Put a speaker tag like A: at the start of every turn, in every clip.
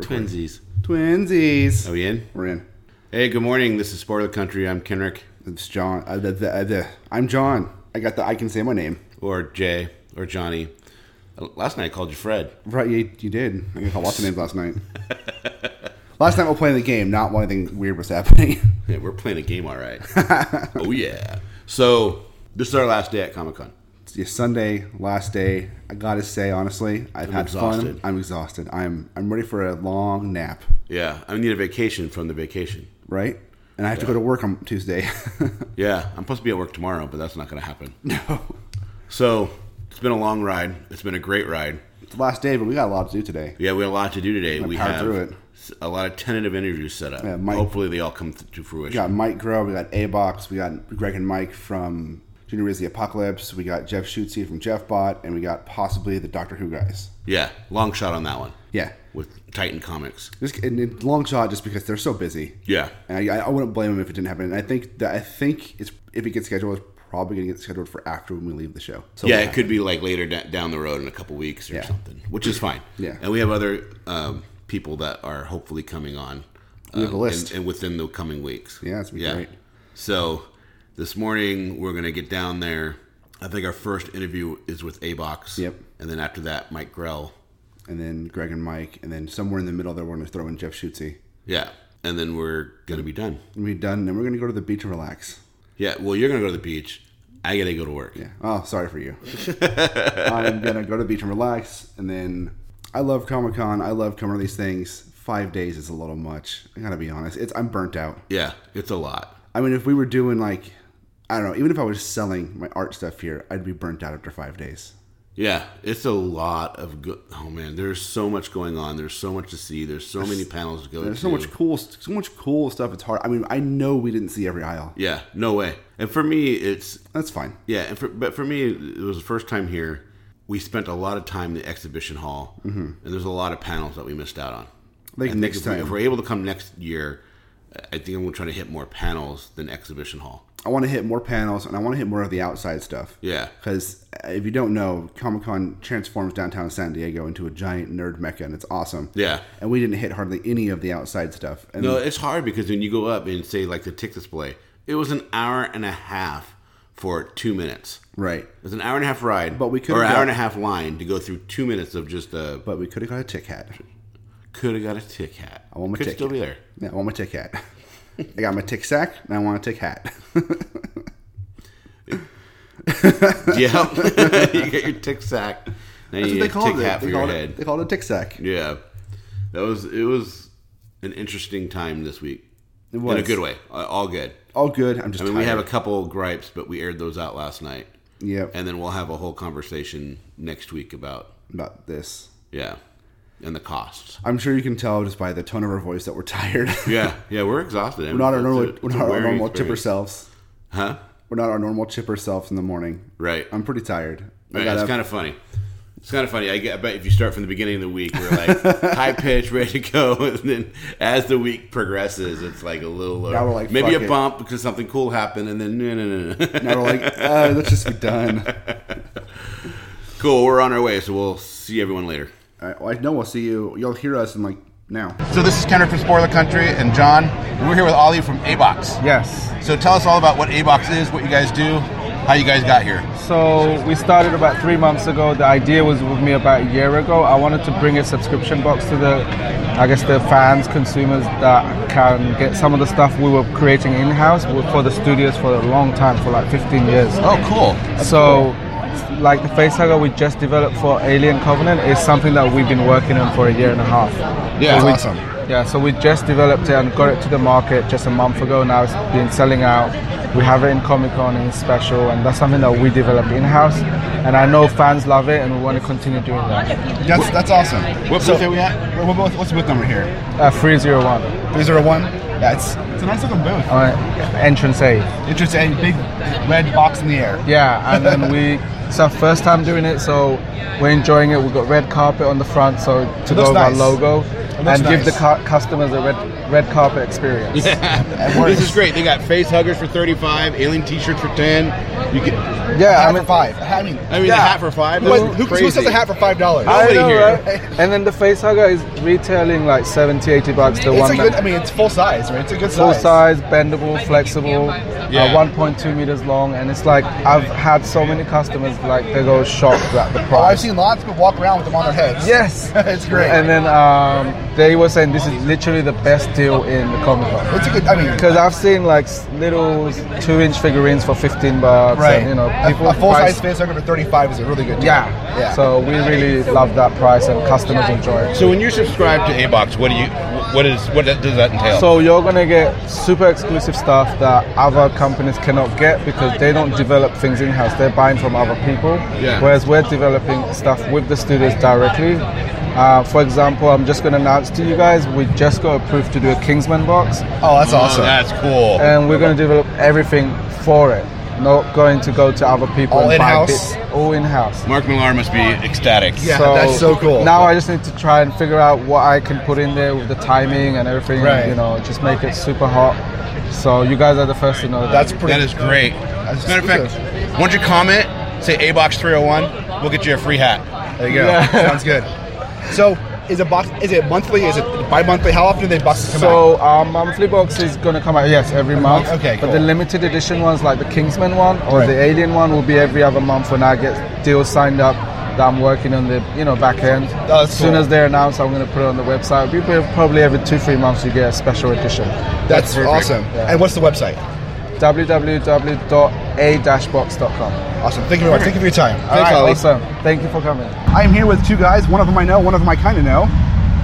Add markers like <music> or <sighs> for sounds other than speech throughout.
A: Twinsies.
B: Twinsies.
A: Are we in?
B: We're in.
A: Hey, good morning. This is Sport of the Country. I'm Kenrick,
B: It's John. Uh, the, the, the, I'm John. I got the. I can say my name.
A: or Jay, or Johnny. Uh, Last night I called you Fred.
B: Right, you, you did. I got lots of names last
A: <laughs>
B: night. last night we were playing the game. Not one thing weird was happening. <laughs>
A: Yeah, we're playing a game, all right. oh, yeah. So, this is our last day at Comic Con.
B: It's just Sunday, last day. I gotta say, honestly, I've had fun.
A: exhausted.
B: I'm exhausted. I'm I'm ready for a long nap.
A: Yeah, I need a vacation from the vacation.
B: Right, and I have to go to work on Tuesday. <laughs>
A: Yeah, I'm supposed to be at work tomorrow, but that's not going to happen.
B: no,
A: So, it's been a long ride. It's been a great ride.
B: it's the last day, but we got a lot to do today.
A: Yeah, we have a lot to do today. We
B: power
A: have
B: through it.
A: s- a lot of tentative interviews set up.
B: Yeah, Mike-
A: Hopefully, they all come th- to fruition.
B: We got Mike Grow, we got A Box, we got Greg and Mike from Junior Riz the Apocalypse, we got Jeff Schutze from Jeff Bot, and we got possibly the Doctor Who guys.
A: Yeah, long shot on that one.
B: Yeah.
A: With Titan Comics.
B: Just and, and long shot just because they're so busy.
A: Yeah.
B: And I, I wouldn't blame them if it didn't happen. And I think that I think it's if it gets scheduled, it's probably gonna get scheduled for after when we leave the show. So
A: Yeah, it could be like later da- down the road in a couple weeks or
B: Yeah.
A: something, which is fine.
B: Yeah.
A: And we have other um, people that are hopefully coming on.
B: We have a
A: um,
B: list.
A: And, and within the coming weeks.
B: Yeah, it's gonna be great.
A: So this morning, we're going to get down there. I think our first interview is with A-Box.
B: Yep.
A: And then after that, Mike Grell.
B: and then Greg and Mike, and then somewhere in the middle they're gonna throw in Jeff Schutze.
A: Yeah. And then we're going to be done.
B: And we're done, and then we're gonna go to the beach and relax.
A: Yeah. Well, you're going to go to the beach. I got to go to work.
B: Yeah. Oh, sorry for you. I'm gonna go to the beach and relax, and then I love Comic Con. I love coming to these things. Five days is a little much. I gotta be honest. It's I'm burnt out.
A: yeah it's a lot.
B: I mean, if we were doing like, I don't know, even if I was selling my art stuff here, I'd be burnt out after five days.
A: Yeah, it's a lot of good. Oh man, there's so much going on. There's so much to see. There's so many panels to go.
B: There's so much cool, so much cool stuff. It's hard. I mean, I know we didn't see every aisle.
A: Yeah, no way. And for me, it's
B: That's fine.
A: yeah. And for, but for me, it was the first time here. We spent a lot of time in the exhibition hall, and there's a lot of panels that we missed out on.
B: Mm-hmm. Like
A: And
B: next
A: if, we, if
B: time.
A: we're able to come next year, I think I'm going to try to hit more panels than exhibition hall.
B: I want to hit more panels, and I want to hit more of the outside stuff.
A: Yeah,
B: Because if you don't know, Comic Con transforms downtown San Diego into a giant nerd mecca, and it's awesome.
A: yeah.
B: And we didn't hit hardly any of the outside stuff. And
A: No, it's hard because when you go up and say like the tick display, it was an hour and a half for two minutes.
B: Right.
A: It was an hour and a half ride,
B: But we could've
A: or an
B: got-
A: hour and a half line to go through two minutes of just a
B: But we could have got a tick hat.
A: could have got a tick hat. I
B: want my
A: could
B: tick
A: still be there.
B: Yeah, I want my tick hat. I got my tick sack, and I want a tick hat. <laughs>
A: <laughs> yeah,
B: <laughs>
A: you get your tick sack. Now you get a tick hat for
B: They
A: your
B: called,
A: head.
B: it, they called it a tick sack.
A: Yeah, that was it. Was an interesting time this week
B: It
A: in a
B: was.
A: good way. Uh, All good.
B: All good. I'm just
A: I mean,
B: tired.
A: we have a couple gripes, but we aired those out last night,
B: Yep.
A: and then we'll have a whole conversation next week about
B: about this.
A: yeah, and the costs.
B: I'm sure you can tell just by the tone of our voice that we're tired. <laughs>
A: Yeah, yeah, we're exhausted.
B: we're not our normal, we're not our normal chipper selves.
A: huh?
B: We're not our normal chipper selves in the morning.
A: Right.
B: I'm pretty tired. I
A: Right,
B: got
A: it's
B: up-
A: kind of funny. It's kind of funny. I, get, I bet if you start from the beginning of the week,
B: <laughs>
A: we're like high pitch, ready to go, <laughs> and then as the week progresses, it's like a little lower.
B: Now we're like,
A: maybe
B: fuck
A: a
B: it.
A: bump because something cool happened, and then no, no, no, <laughs> no.
B: now we're like, uh, let's just be done. <laughs>
A: cool. We're on our way, so we'll see everyone later.
B: All right, well, I know we'll see you. You'll hear us in like now.
C: So this is Kendrick from Spoiler Country and John. We're here with Ollie from A-Box.
D: Yes.
C: So tell us all about what A-Box is, what you guys do, how you guys got
A: <laughs>
C: here.
D: So we started about three months ago. The idea was with me about a year ago. I wanted to bring a subscription box to the, I guess, the fans, consumers that can get some of the stuff we were creating in house for the studios for a long time, for like 15 years.
C: Oh, cool.
D: So, like the face hugger we just developed for Alien Covenant is something that we've been working on for a year and a half.
C: Yeah,
D: we,
C: awesome.
D: Yeah, so we just developed it and got it to the market just a month ago. Now it's been selling out. We have it in Comic Con and it's special, and that's something that we developed in house. And I know fans love it, and we want to continue doing that.
C: That's that's awesome. What booth are we at? What, what, what's the booth number here?
D: Uh, 301,
C: 301? Yeah, it's, it's a nice looking booth.
D: uh, entrance A.
C: Interesting. Big red box in the air.
D: Yeah, and then
E: <laughs>
D: we. It's our first time doing it, so we're enjoying it. We've got red carpet on the front, so to go
C: looks
D: with our
C: nice.
D: logo. and give the
E: nice.
D: cu- customers a red red carpet experience.
E: <laughs>
A: this is great. They got face huggers for thirty-five, alien T-shirts for ten. You can,
D: Yeah, I
E: Hat
D: mean,
E: for five. I mean,
A: I mean, the hat for five. That's
E: What, who, who
A: crazy.
E: sells a hat for five dollars?
D: I
A: Nobody
D: know,
A: here.
D: right? And then the face hugger is retailing like 70, 80 bucks to
E: It's
D: one
E: a good. I
D: that-
E: mean, it's full size, right? It's a good
D: full
E: size.
D: size, bendable, flexible,
A: Yeah.
D: uh, 1.2 meters long, and it's like I've had so many customers like they go shocked at the
E: Oh, I've
D: price.
E: seen lots of people walk around with them on their heads.
D: <laughs> Yes,
E: <laughs> It's great.
D: And then um, they were saying this is literally the best deal in the comic con.
E: It's a good. I
D: <laughs>
E: mean, uh,
D: Because I've seen like s- little two-inch figurines for 15 bucks.
E: right?
D: And, you know,
E: a,
D: people
E: a full
D: price-
E: size space hooker for thirty-five is a really good. Deal.
D: Yeah.
E: Yeah.
D: So we really love that price, and customers enjoy it.
A: So when you subscribe to A Box, what do you? What is? What does that entail?
D: So you're gonna get super exclusive stuff that other companies cannot get because they don't develop things in house. They're buying from other people.
A: Yeah.
D: Whereas we're developing stuff with the studios directly. Uh, for example, I'm just gonna announce to you guys we just got approved to do a Kingsman box,
E: oh, that's
A: Oh,
E: awesome.
A: That's cool.
D: and we're gonna develop everything for it. Not going to go to other people
E: All
D: and buy
E: in-house?
D: bits. All in house.
A: Mark Millar must be ecstatic.
E: Yeah. that's so cool.
D: Now I just need to try and figure out what I can put in there with the timing and everything.
E: Right.
D: You know, just make it super hot. So you guys are the first to know. that.
E: That's pretty.
A: That is great. As a matter of
E: exclusive.
A: fact, why don't you comment, say A Box 301, we'll get you a free hat.
E: There you go.
D: Yeah.
E: <laughs> Sounds good. So, is a box? Is it monthly? Is it bi-monthly? How often do they boxes come out?
D: so our monthly box is going to come out yes every month.
E: month? Okay,
D: But
E: cool.
D: the limited edition ones like the Kingsman one or the Alien one will be every other month when I get deals signed up that I'm working on the you know back end.
E: That's
D: as soon
E: cool.
D: as they're announced, I'm going to put it on the website. We put- Probably every two three months you get a special edition.
E: That's,
A: perfect.
E: awesome. And what's the website?
D: www.a-box.com.
E: Awesome. Thank you very much. Thank you for your time. All
D: Thanks,
E: right.
D: Ali. Awesome. Thank you for coming.
B: I'm here with two guys. One of them I know, one of them I kind of know.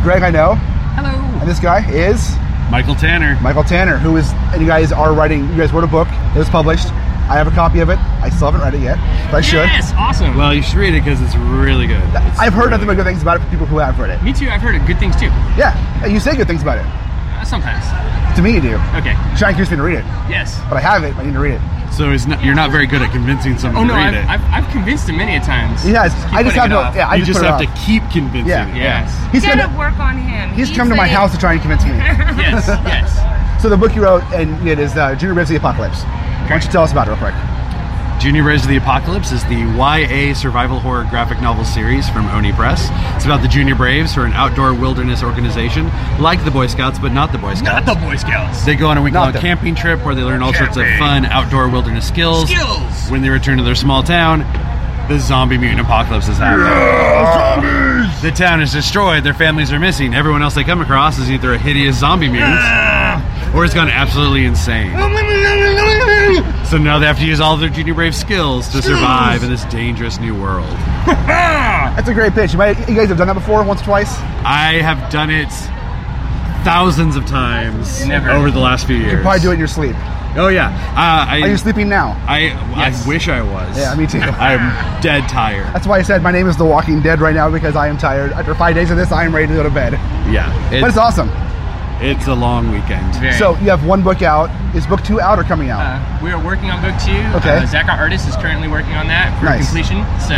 B: Greg, I know.
F: Hello.
B: And this guy is
G: Michael Tanner.
B: Michael Tanner, who is, and you guys are writing, you guys wrote a book. It was published. I have a copy of it. I still haven't read it yet, but I should.
F: Yes, awesome.
G: Well, you should read it because it's really good. It's
B: I've heard nothing
G: really
B: but good things about it from people who have read it.
F: Me too. I've heard of good things too.
B: Yeah, and you say good things about it.
F: Uh, sometimes.
B: To me, you do.
F: Okay.
B: Sean curious me to read it,
F: Yes.
B: but I have it. but I need to read it.
G: good. So it's not, you're not very good at convincing
F: Oh
G: someone
F: no,
G: to
F: I've,
G: read it.
F: I've, I've convinced him many a times.
B: He has. I just
F: putting
B: have
F: it
B: no.
F: off.
B: Yeah, I
G: you just,
B: put it
G: have
B: off.
G: to keep convincing.
B: Yeah.
G: them.
F: Yes.
B: He's
H: Gotta
B: gonna.
H: work on him.
B: He's
H: <laughs>
B: come to my
H: a-
B: house to try and convince me.
F: <laughs>
G: <laughs>
F: Yes. yes.
B: so the book you wrote and it is uh, Junior Ribs of the Apocalypse. Why don't you tell us about it real quick?
G: Junior Rays of the Apocalypse is the YA survival horror graphic novel series from Oni Press. It's about the Junior Braves, who are an outdoor wilderness organization like the Boy Scouts, but not the Boy Scouts.
F: Not the Boy Scouts.
G: They go on a week long
B: them.
G: camping trip where they learn all sorts of
F: Camping.
G: fun outdoor wilderness skills.
F: Skills.
G: When they return to their small town, the zombie mutant apocalypse is happening. The town is destroyed, their families are missing, everyone else they come across is either a hideous zombie mutant or has gone absolutely insane.
F: Oh
G: So now they have to use all their Junior Brave skills to survive in this dangerous new world.
B: That's a great pitch. You, might, you guys have done that before, once or twice.
G: I have done it thousands of times
F: Never.
G: over the last few years.
B: Probably do it in your sleep.
G: Oh yeah. Uh, I,
B: Are you sleeping now?
G: I,
F: Yes.
G: I wish I was.
B: Yeah, me too.
G: <laughs> I'm
E: <laughs>
G: dead tired.
B: That's why I said my name is The Walking Dead right now because I am tired. After five days of this, I am ready to go to bed.
G: Yeah,
B: But
G: it's,
B: it's awesome.
G: it's a long weekend.
F: Very.
B: So you have one book out. Is book two out or coming out?
F: Uh, we are working on book two.
B: Okay.
F: Uh, Zach, our artist, is currently working on that for
B: Nice.
F: completion. So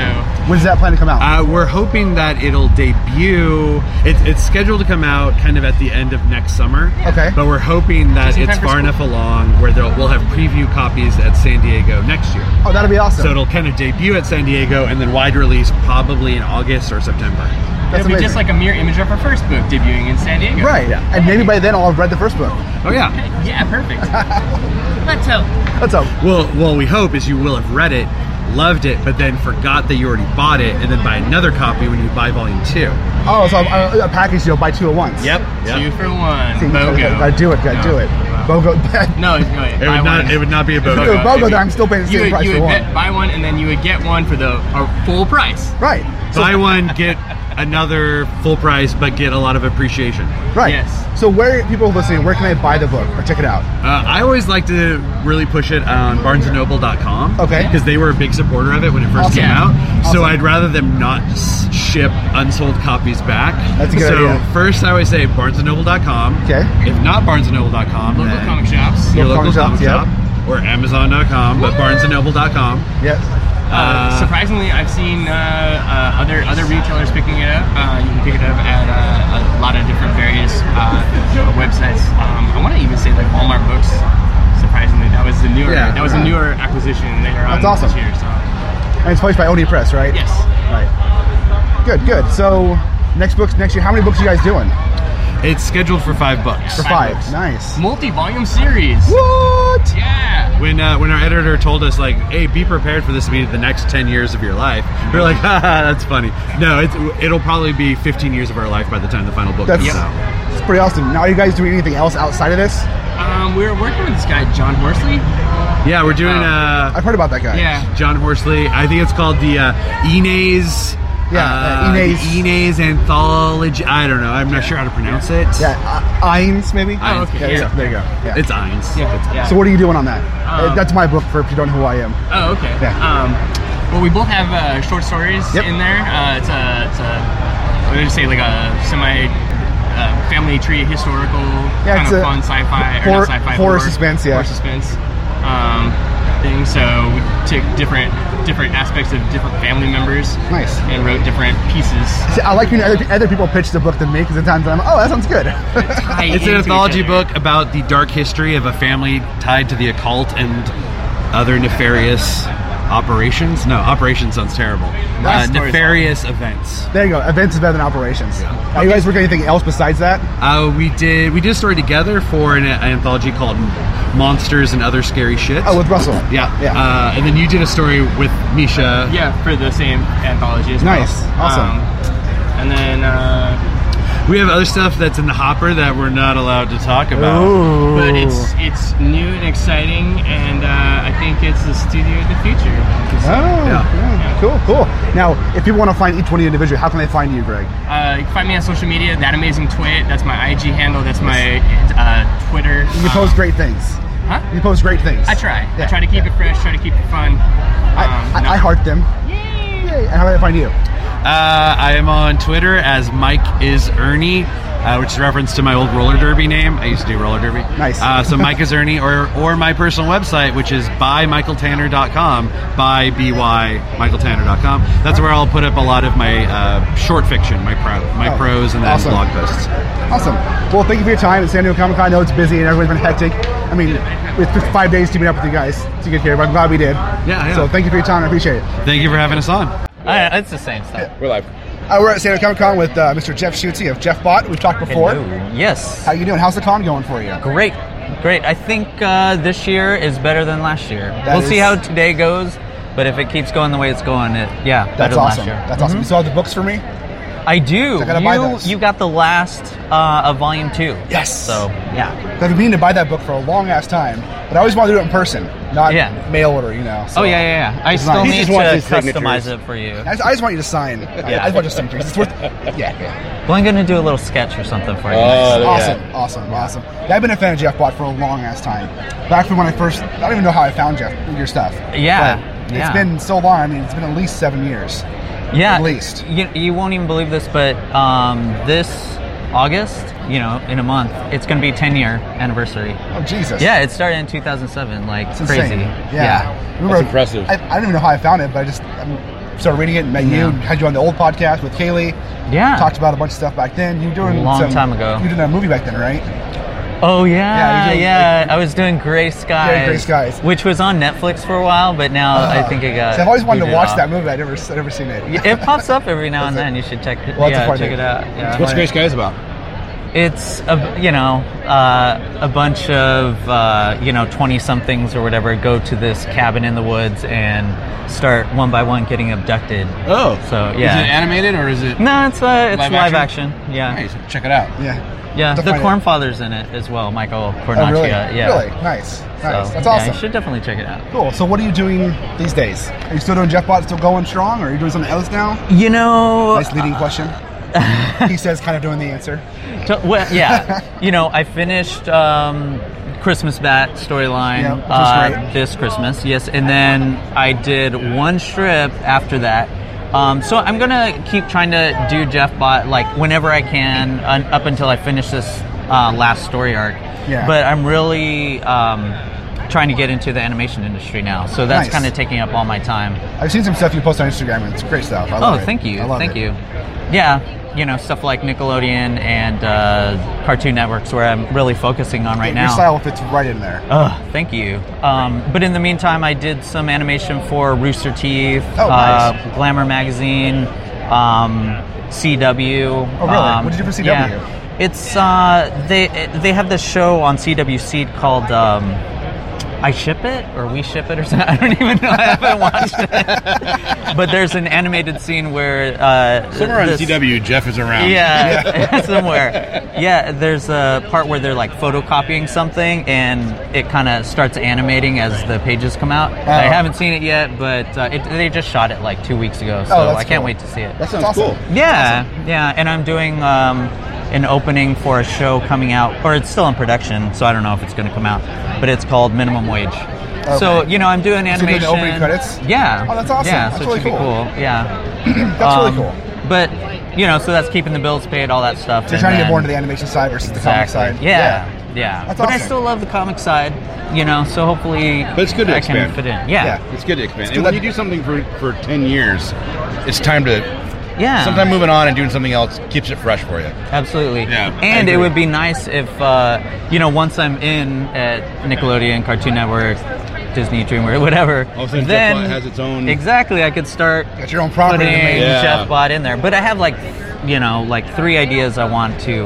B: when does that plan to come out?
G: Uh, we're hoping that it'll debut. It, it's scheduled to come out kind of at the end of next summer.
B: Okay.
G: But we're hoping that
F: Just in
G: it's
F: time for
G: far
F: school.
G: enough along where they'll, we'll have preview copies at San Diego next year.
B: oh, that'll be awesome.
G: So it'll kind of debut at San Diego and then wide release probably in August or September.
B: That's
F: it'll be
B: amazing.
F: just like a mirror image of our first book debuting in San Diego.
B: right.
G: Yeah.
B: And maybe by then I'll have read the first book.
G: Oh yeah.
F: Yeah.
B: <laughs>
F: Perfect.
H: Let's hope.
B: Let's hope.
G: Well, well, we hope is you will have read it, loved it, but then forgot that you already bought it, and then buy another copy when you buy volume two.
B: Oh, so I'm, a package deal. Buy two at once.
F: Two for one.
B: See,
F: Bogo.
B: Gotta do it. Gotta
F: No.
B: do it. Bogo. <laughs>
F: No, no. It
G: It would not. It would not <laughs> be a
B: If it
G: book.
B: was Bogo, then I'm still paying the
F: you
B: same
F: would,
B: price
F: you
B: for
F: would
B: one.
F: bet- buy one and then you would get one for the a full price.
B: right.
G: Buy one, get another full price, but get a lot of appreciation.
B: Right.
F: Yes.
B: So where people listening, where can I buy the book or check it out?
G: Uh, I always like to really push it on BarnesandNoble.com.
B: Okay.
G: Because they were a big supporter of it when it first
B: Awesome.
G: came out.
B: Awesome.
G: So I'd rather them not s- ship unsold copies back.
B: That's a good
G: so
B: idea.
G: first, I always say BarnesandNoble.com.
B: Okay.
G: If not BarnesandNoble.com,
F: Local
G: then
F: comic shops.
G: your
B: Local
G: local
B: comic
G: comic
B: shops,
G: shop or Amazon.com, but BarnesandNoble.com.
B: Yeah.
F: Uh,
G: Uh,
F: surprisingly, I've seen uh, uh, other other retailers picking it up. Uh, you can pick it up at uh, a lot of different very besides, um, I want to even say like Walmart Books. Surprisingly, that was the newer
E: Yeah.
F: that was a newer acquisition later on
E: That's awesome.
F: this year. So
E: And it's published by Odeon Press, right?
F: yes,
E: Right. Good, good. So next books next year. How many books are you guys doing?
G: It's scheduled for five bucks.
E: For five.
F: books.
E: Nice.
F: multi-volume series.
E: What?
F: Yeah.
G: When uh, when our editor told us like, hey, be prepared for this to be the next ten years of your life, we are like, <laughs> haha, that's funny. No, it's, it'll probably be fifteen years of our life by the time the final book
E: That's,
G: comes out.
E: that's pretty awesome. Now are you guys doing anything else outside of this?
F: Um, we were working with this guy John Horsley.
G: Yeah, we're doing.
E: Um,
G: Uh,
E: I've heard about that guy.
F: Yeah.
G: John Horsley. I think it's called the uh, Ines.
E: Yeah, uh, Ines.
G: the Ines anthology. I don't know. I'm not sure how to pronounce it.
E: Yeah. Uh, Eins maybe.
G: Oh,
F: okay,
E: Yeah,
F: yeah.
E: so- there you go. Yeah.
G: It's Ines.
F: Yeah. yeah.
E: so what are you doing on that? Uh,
F: Um,
E: that's my book for if you don't know who I am.
F: Oh, okay.
E: Yeah.
F: Um, well, we both have uh, short stories
E: Yep.
F: in there. Uh, it's a, it's a, I'm gonna say like a semi uh, family tree historical
E: Yeah,
F: kind
E: it's
F: of
E: a
F: fun sci-fi or
E: horror-
F: not sci-fi
E: horror suspense, yeah.
F: horror suspense um, thing. So we took different different aspects of different family members.
E: Nice.
F: And wrote different
E: <laughs>
F: pieces.
E: See, I like when other, other people pitch the book to me because at times I'm oh that sounds good. <laughs>
F: that tie
G: It's an
F: into each
G: anthology
F: other.
G: book about the dark history of a family tied to the occult and other nefarious operations. No, operations sounds terrible. Uh,
F: That's story's
G: nefarious events.
E: there you go. Events is better than operations. Are you guys working on anything else besides that?
G: Uh, we did we did a story together for an, an anthology called Monsters and Other Scary Shit.
E: Oh, with Russell.
G: yeah,
E: Yeah.
G: Uh, and then you did a story with Misha.
F: Yeah, for the same anthology as well.
E: Nice. Awesome.
F: Um, and then. Uh,
G: We have other stuff that's in the hopper that we're not allowed to talk about.
E: Ooh.
F: Uh, But it's it's new and exciting, and uh, I think it's the studio of the future.
E: Oh, yeah. cool, cool. Now, if people want to find each one of you individually, how can they find you, Greg?
F: Uh, you can find me on social media, that amazing twit. That's my IG handle. That's my uh, Twitter.
E: You
F: Um,
E: post great things.
F: huh?
E: You post great things.
F: I try.
E: Yeah,
F: I try to keep it fresh. Try to keep it fun.
E: I,
F: Um,
E: I,
F: no.
E: I heart them. Yay! And how do they find you?
G: Uh, I am on Twitter as Mike is Ernie, uh, which is a reference to my old roller derby name. I used to do roller derby.
E: Nice.
G: Uh, so Mike is Ernie, or or my personal website, which is bymichaeltanner.com, by bymichaeltanner.com. That's where I'll put up a lot of my uh, short fiction, my pro, my
E: Oh,
G: prose, and then
E: awesome.
G: blog posts.
E: Awesome. Well, thank you for your time at San Diego Comic Con. I know it's busy and everyone's been hectic. I mean, we took five days to meet up with you guys to get here, but I'm glad we did.
G: Yeah, yeah.
E: So thank you for your time. I appreciate it.
G: Thank you for having us on.
F: I, it's the same stuff.
A: We're live.
E: Uh, we're at San Diego Comic Con with uh, Mr. Jeff Schutze of Jeff Bot. We've talked before.
H: Yes.
E: How you doing? How's the con going for you?
H: Great. Great. I think uh, this year is better than last year. we'll see
E: is-
H: how today goes, but if it keeps going the way it's going, it yeah,
E: That's
H: better than
E: awesome.
H: last year. Mm-hmm.
E: That's awesome. You still have the books for me?
H: I do.
E: I gotta
H: you
E: buy those.
H: you got the last uh, of volume two.
E: Yes.
H: So yeah.
E: I've been meaning to buy that book for a long ass time, but I always want to do it in person, not
H: Yeah.
E: mail order, you know. so.
H: oh yeah, yeah, yeah. I
E: It's
H: still
E: nice. He
H: need
E: just
H: to
E: wants his
H: customize
E: signatures.
H: it for you.
E: I just, I just want you to sign.
H: <laughs>
E: I, I just want your signatures. It's worth. Yeah, yeah.
H: Well, I'm gonna do a little sketch or something for you.
E: Awesome, awesome, awesome. Yeah, I've been a fan of Jeff Bott for a long ass time. Back from when I first, I don't even know how I found Jeff your stuff.
H: Yeah,
E: But
H: yeah.
E: It's been so long. I mean, it's been at least seven years.
H: yeah,
E: at least.
H: You, you won't even believe this, but um, this August, you know, in a month, it's gonna be 10 year anniversary.
E: Oh Jesus.
H: Yeah, it started in 2007. Like
E: It's
H: crazy.
E: insane.
H: yeah.
E: Yeah. Remember,
A: impressive.
E: I, I don't even know how I found it, but I just um, started reading it and met you.
H: Yeah.
E: Had you on the old podcast with Kaylee.
H: Yeah.
E: Talked about a bunch of stuff back then. You were doing
H: Long
E: some-
H: time ago.
E: You were doing a movie back then, right?
H: Oh yeah,
E: Yeah,
H: yeah.
E: you do,
H: I was doing Gray Skies.
E: Grey Skies.
H: Which was on Netflix for a while, but now
E: <sighs>
H: I think it got.
E: So I've always wanted to
H: booted
E: watch
H: off.
E: that movie. I never, I never seen it.
H: Yeah, It pops up every now and then. You should check it.
E: We'll have to
H: yeah,
E: find
H: check
E: it.
H: it, out. Yeah.
A: What's Grace Guys about?
H: It's a you know uh, a bunch of uh, you know twenty somethings or whatever go to this cabin in the woods and start one by one getting abducted.
A: Oh,
H: So,
A: Is
H: yeah.
A: it animated or is it?
H: No, it's uh, it's
A: Live
H: live,
A: action?
H: action. Yeah,
A: Nice. Check it out.
E: Yeah.
H: yeah.
E: To
H: The
E: find it.
H: Cornfather's in it as well, Michael Cornacchia.
E: Oh, really?
H: Yeah.
E: Really? Nice. Nice.
H: So,
E: That's
H: Yeah,
E: awesome.
H: you should definitely check it out.
E: cool. So, what are you doing these days? Are you still doing Jeff Bot, still going strong, or are you doing something else now?
H: You know,
E: Nice leading
H: <laughs>
E: question. he says, kind of doing the answer.
H: to- well, yeah. you know, I finished um, Christmas Bat storyline
E: Yeah, which was
H: uh,
E: great.
H: this Christmas, yes, and then I did one strip after that. Um, so I'm gonna keep trying to do Jeff Bot like whenever I can, un- up until I finish this uh, last story arc.
E: Yeah.
H: But I'm really um, trying to get into the animation industry now, so that's
E: Nice.
H: kind of taking up all my time.
E: I've seen some stuff you post on Instagram, and it's great stuff. I
H: Oh,
E: love it.
H: thank you,
E: I love
H: thank
E: it.
H: you. Yeah, you know stuff like Nickelodeon and uh, Cartoon Networks, where I'm really focusing on right
E: Your
H: now.
E: style fits right in there.
H: Ugh, thank you. Um, but in the meantime, I did some animation for Rooster Teeth,
E: Oh, nice.
H: uh, Glamour Magazine, um, CW.
E: Oh, really?
H: um,
E: What did you do for CW?
H: Yeah. It's uh, they they have this show on CW Seed called. Um, I ship it, or we ship it, or <laughs> something. I don't even know. I haven't watched it. <laughs> but there's an animated scene where uh,
G: Somewhere on
H: this-
G: CW, Jeff is around.
E: <laughs>
H: yeah, <laughs> somewhere. Yeah, there's a part where they're like photocopying something, and it kind of starts animating as the pages come out.
E: Oh.
H: I haven't seen it yet, but uh, it, they just shot it like two weeks ago, so
E: Oh, that's
H: I can't
E: cool.
H: wait to see it.
B: That sounds cool.
H: yeah, yeah, and I'm doing um, an opening for a show coming out, or it's still in production, so I don't know if it's going to come out, but it's called Minimum Wage. So you know, I'm doing
E: So you're doing
H: animation.
E: the opening credits?
H: Yeah.
E: Oh, that's awesome.
H: Yeah,
E: That's
H: so
E: really
H: it should
E: cool.
H: be cool. Yeah.
E: That's really
H: Um,
E: cool.
H: But you know, so that's keeping the bills paid, all that stuff.
E: So you're
H: and
E: trying to
H: then-
E: get more into the animation side versus
H: exactly.
E: the comic side.
H: Yeah, yeah.
E: That's
H: but I
E: awesome.
H: still love the comic side, you know. So hopefully,
G: But it's good to
H: I
G: expand.
H: can fit in. Yeah,
E: Yeah.
G: It's good to expand.
E: good
G: And when
E: that-
G: you do something for, for 10 years, it's time to.
H: yeah.
G: Sometime moving on and doing something else keeps it fresh for you.
H: Absolutely.
G: Yeah, I
H: and it
G: agree.
H: would be nice if, uh, you know, once I'm in at Nickelodeon, Cartoon Network, Disney, DreamWorks, whatever,
G: All of a sudden Jeff
H: then
G: Bott has its own-
H: Exactly. I could start
E: Got your own property to
H: putting
E: make.
G: Yeah.
H: Jeff Bot in there. But I have like, you know, like three ideas I want to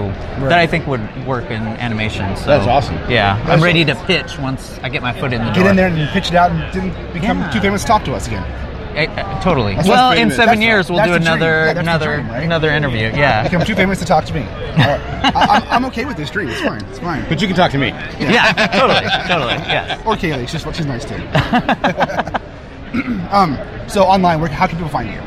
H: that I think would work in animation. So
G: That's awesome.
H: Yeah, I'm
E: so-
H: ready to pitch once I get my foot in the door.
E: Get in there and pitch it out and didn't become
H: Yeah.
E: too famous. Talk to us again.
H: I- I- Eh, totally.
E: That's-
H: well,
E: that's
H: in
E: the-
H: seven
E: that's-
H: years, we'll
E: that's
H: do
E: the dream.
H: another
E: Yeah, that's the
H: another
E: dream, right?
H: another interview.
E: <laughs> Become too famous to talk
G: <laughs>
E: to me. Alright. I, I'm, I'm okay with this dream. It's fine. It's fine.
G: But you can talk to me.
H: yeah, yeah totally, totally. Yes.
E: Or Kaylee. She's she's nice too.
G: <laughs>
E: um. So online, where, how can people find you?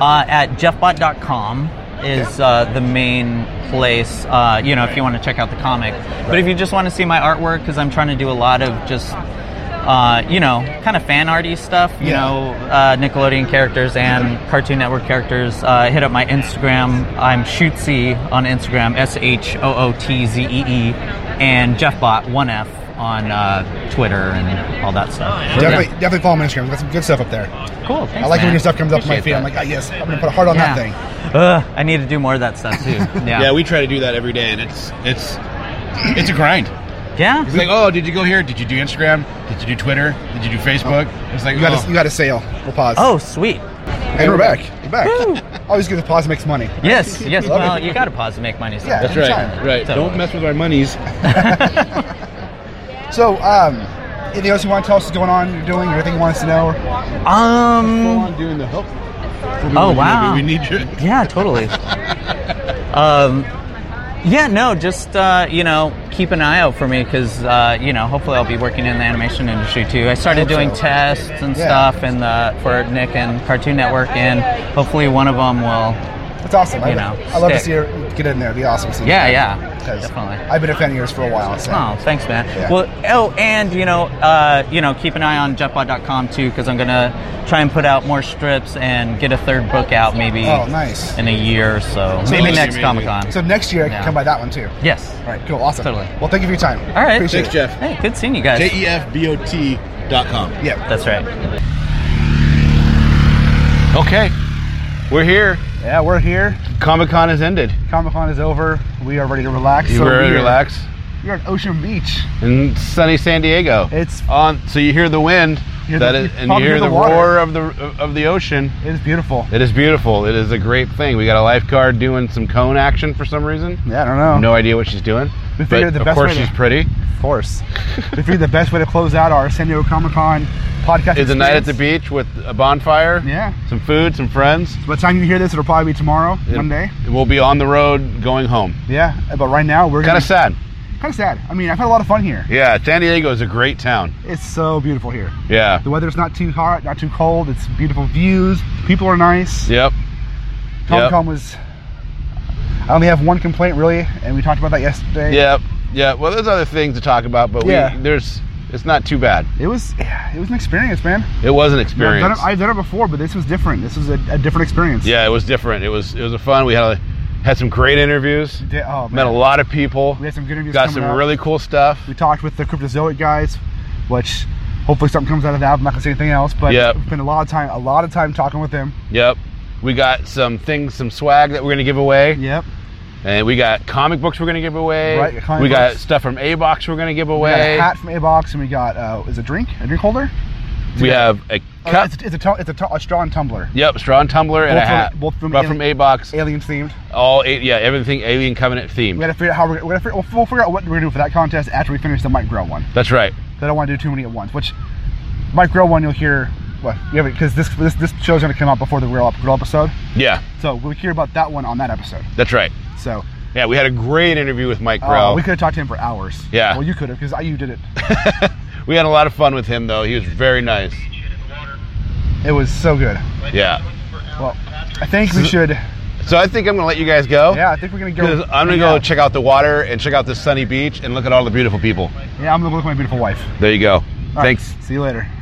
H: uh, at jeffbot.com is uh, the main place uh, you know if you want to check out the comic but if you just want to see my artwork because i'm trying to do a lot of just uh, you know kind of fan arty stuff you
E: Yeah.
H: know uh, nickelodeon characters and cartoon network characters uh, hit up my instagram i'm shootsy on instagram s-h-o-o-t-z-e-e E and jeffbot 1f on uh, twitter and all that stuff So,
E: Definitely, definitely follow my Instagram. Got some good stuff up there.
H: yeah. cool
E: I
H: Thanks,
E: like it when
H: man.
E: your stuff comes up on my
H: Appreciate
E: feed. I'm
H: that.
E: like, ah, yes, I'm gonna put a heart on that thing.
H: Ugh, I need to do more of that stuff
G: <laughs>
H: too. Yeah.
G: Oh, Yeah, we try to do that every day, and it's it's it's a grind.
H: yeah.
G: It's like, oh, did you go here? Did you do Instagram? Did you do Twitter? Did you do Facebook? It's like,
E: You got,
G: oh.
E: a, you got a sale. We'll pause.
H: Oh, sweet.
E: and we're back. We're back. Always good to pause makes money.
G: <laughs>
H: Yes, yes.
E: Love
H: well,
E: it.
H: you got to pause to make money.
E: Yeah.
H: sometimes.
G: That's right.
E: Anytime.
G: Right. Don't
H: Totally.
G: mess with our monies.
E: So, um, anything else you want to tell us is going on, you're doing, or anything you want us to know?
H: Um.
G: on doing the help.
H: Oh wow.
G: We need you.
H: <laughs> Yeah, totally. um. Yeah, no, just uh, you know, keep an eye out for me because uh, you know, hopefully, I'll be working in the animation industry too. I started doing tests and
E: Yeah.
H: stuff, and the for Nick and Cartoon Network, and hopefully, one of them will.
E: That's awesome. I,
H: You know,
E: I love to
H: stick.
E: see her get in there. It'd be awesome. to see
H: Yeah,
E: her.
H: yeah,
E: 'Cause
H: definitely.
E: I've been a fan of yours for a while. So.
H: Oh, thanks, man.
E: Yeah.
H: Well, oh, and you know, uh, you know, keep an eye on jetbot.com too, because I'm gonna try and put out more strips and get a third book out, maybe
E: Oh, nice.
H: in a year or so,
E: So
H: maybe
E: next-
H: next Comic Con.
E: So next year I can
H: Yeah.
E: come by that one too.
H: yes.
E: All right, cool, awesome.
H: Totally.
E: Well, thank you for your time.
H: All right.
E: Appreciate
G: Thanks,
E: it.
G: Jeff.
H: Hey, good seeing you guys.
G: J E F B O T dot com.
E: Yeah.
H: That's right.
G: Okay, we're here.
E: Yeah, we're here.
G: Comic Con has ended.
E: Comic Con is over. We are ready to relax.
G: You
E: So
G: were
E: we are-
G: relaxed
E: You're at Ocean Beach.
G: in sunny San Diego.
E: It's-
G: on. So you hear the wind.
E: Hear
G: that
E: the-
G: is-
E: you
G: and you
E: probably
G: hear
E: hear
G: the,
E: the water.
G: roar of the of the ocean.
E: It is beautiful.
G: It is beautiful. It is a great thing. We got a lifeguard doing some cone action for some reason.
E: Yeah, I don't know.
G: No idea what she's doing.
E: We
G: But
E: figured the
G: of
E: best
G: course
E: way to-
G: she's pretty.
E: Of course. we figured the best way to close out our San Diego Comic Con podcast
G: It's a night at the
E: experience-
G: beach with a bonfire.
E: Yeah.
G: Some food, some friends.
E: By the time you hear this, it'll probably be tomorrow, Monday.
G: We'll be on the road going home.
E: Yeah, but right now we're
G: Kind of sad.
E: Kind of sad. I mean, I've had a lot of fun here.
G: Yeah, San Diego is a great town.
E: It's so beautiful here.
G: Yeah.
E: The weather's not too hot, not too cold. It's beautiful views. People are nice.
G: Yep.
E: Comic Con was. I only have one complaint really, and we talked about that yesterday.
G: Yep. Yeah. Well, there's other things to talk about, but
E: Yeah.
G: we, there's it's not too bad.
E: It was. It was an experience, man.
G: It was an
E: I've done
G: experience.
E: it, I've done it before, but this was different. This was a, a different experience.
G: yeah, it was different. It was it was a fun. We had a, had some great interviews.
E: Di- oh,
G: Met a
E: man.
G: lot of people.
E: We had some good interviews
G: Got
E: coming
G: some
E: up.
G: really cool stuff.
E: We talked with the cryptozoic guys, which hopefully something comes out of that. I'm not gonna say anything else, but
G: Yep.
E: we spent a lot of time, a lot of time talking with them.
G: Yep. We got some things, some swag that we're gonna give away.
E: Yep.
G: And we got comic books we're gonna give away.
E: Right, comic
G: we got
E: books.
G: stuff from A Box we're gonna give
E: We got
G: away.
E: a hat from A Box, and we got uh, is a drink, a drink holder.
G: we have a
E: Oh,
G: cup.
E: It's, it's a tu- it's a, tu- a straw and tumbler.
G: Yep, straw and tumbler and
E: Both
G: a
E: from-
G: hat.
E: both from
G: Brought
E: A-
G: from A Box.
E: Alien themed.
G: All eight, yeah, everything Alien Covenant
E: We
G: themed.
E: gotta figure out how we're, we're gonna figure, we'll, we'll figure out what we're gonna do for that contest after we finish the Mike Grow one.
G: That's right.
E: I don't want to do too many at once. Which Mike Grow one, you'll hear what you have because this this this show's gonna come out before the Grow Up Grow episode,
G: Yeah,
E: so we'll hear about that one on that episode.
G: that's right.
E: So
G: Yeah, we had a great interview with Mike
E: uh,
G: Grow.
E: we could have talked to him for hours.
G: Yeah.
E: Well, you could have because you did it.
G: we had a lot of fun with him though. He was very nice.
E: It was so good.
G: Yeah.
E: Well, I think we should.
G: So I think I'm gonna let you guys go.
E: Yeah, I think we're gonna go.
G: Because I'm gonna
E: yeah.
G: go check out the water and check out the sunny beach and look at all the beautiful people.
E: Yeah, I'm gonna look at my beautiful wife.
G: There you go.
E: All right,
G: Thanks.
E: see you later.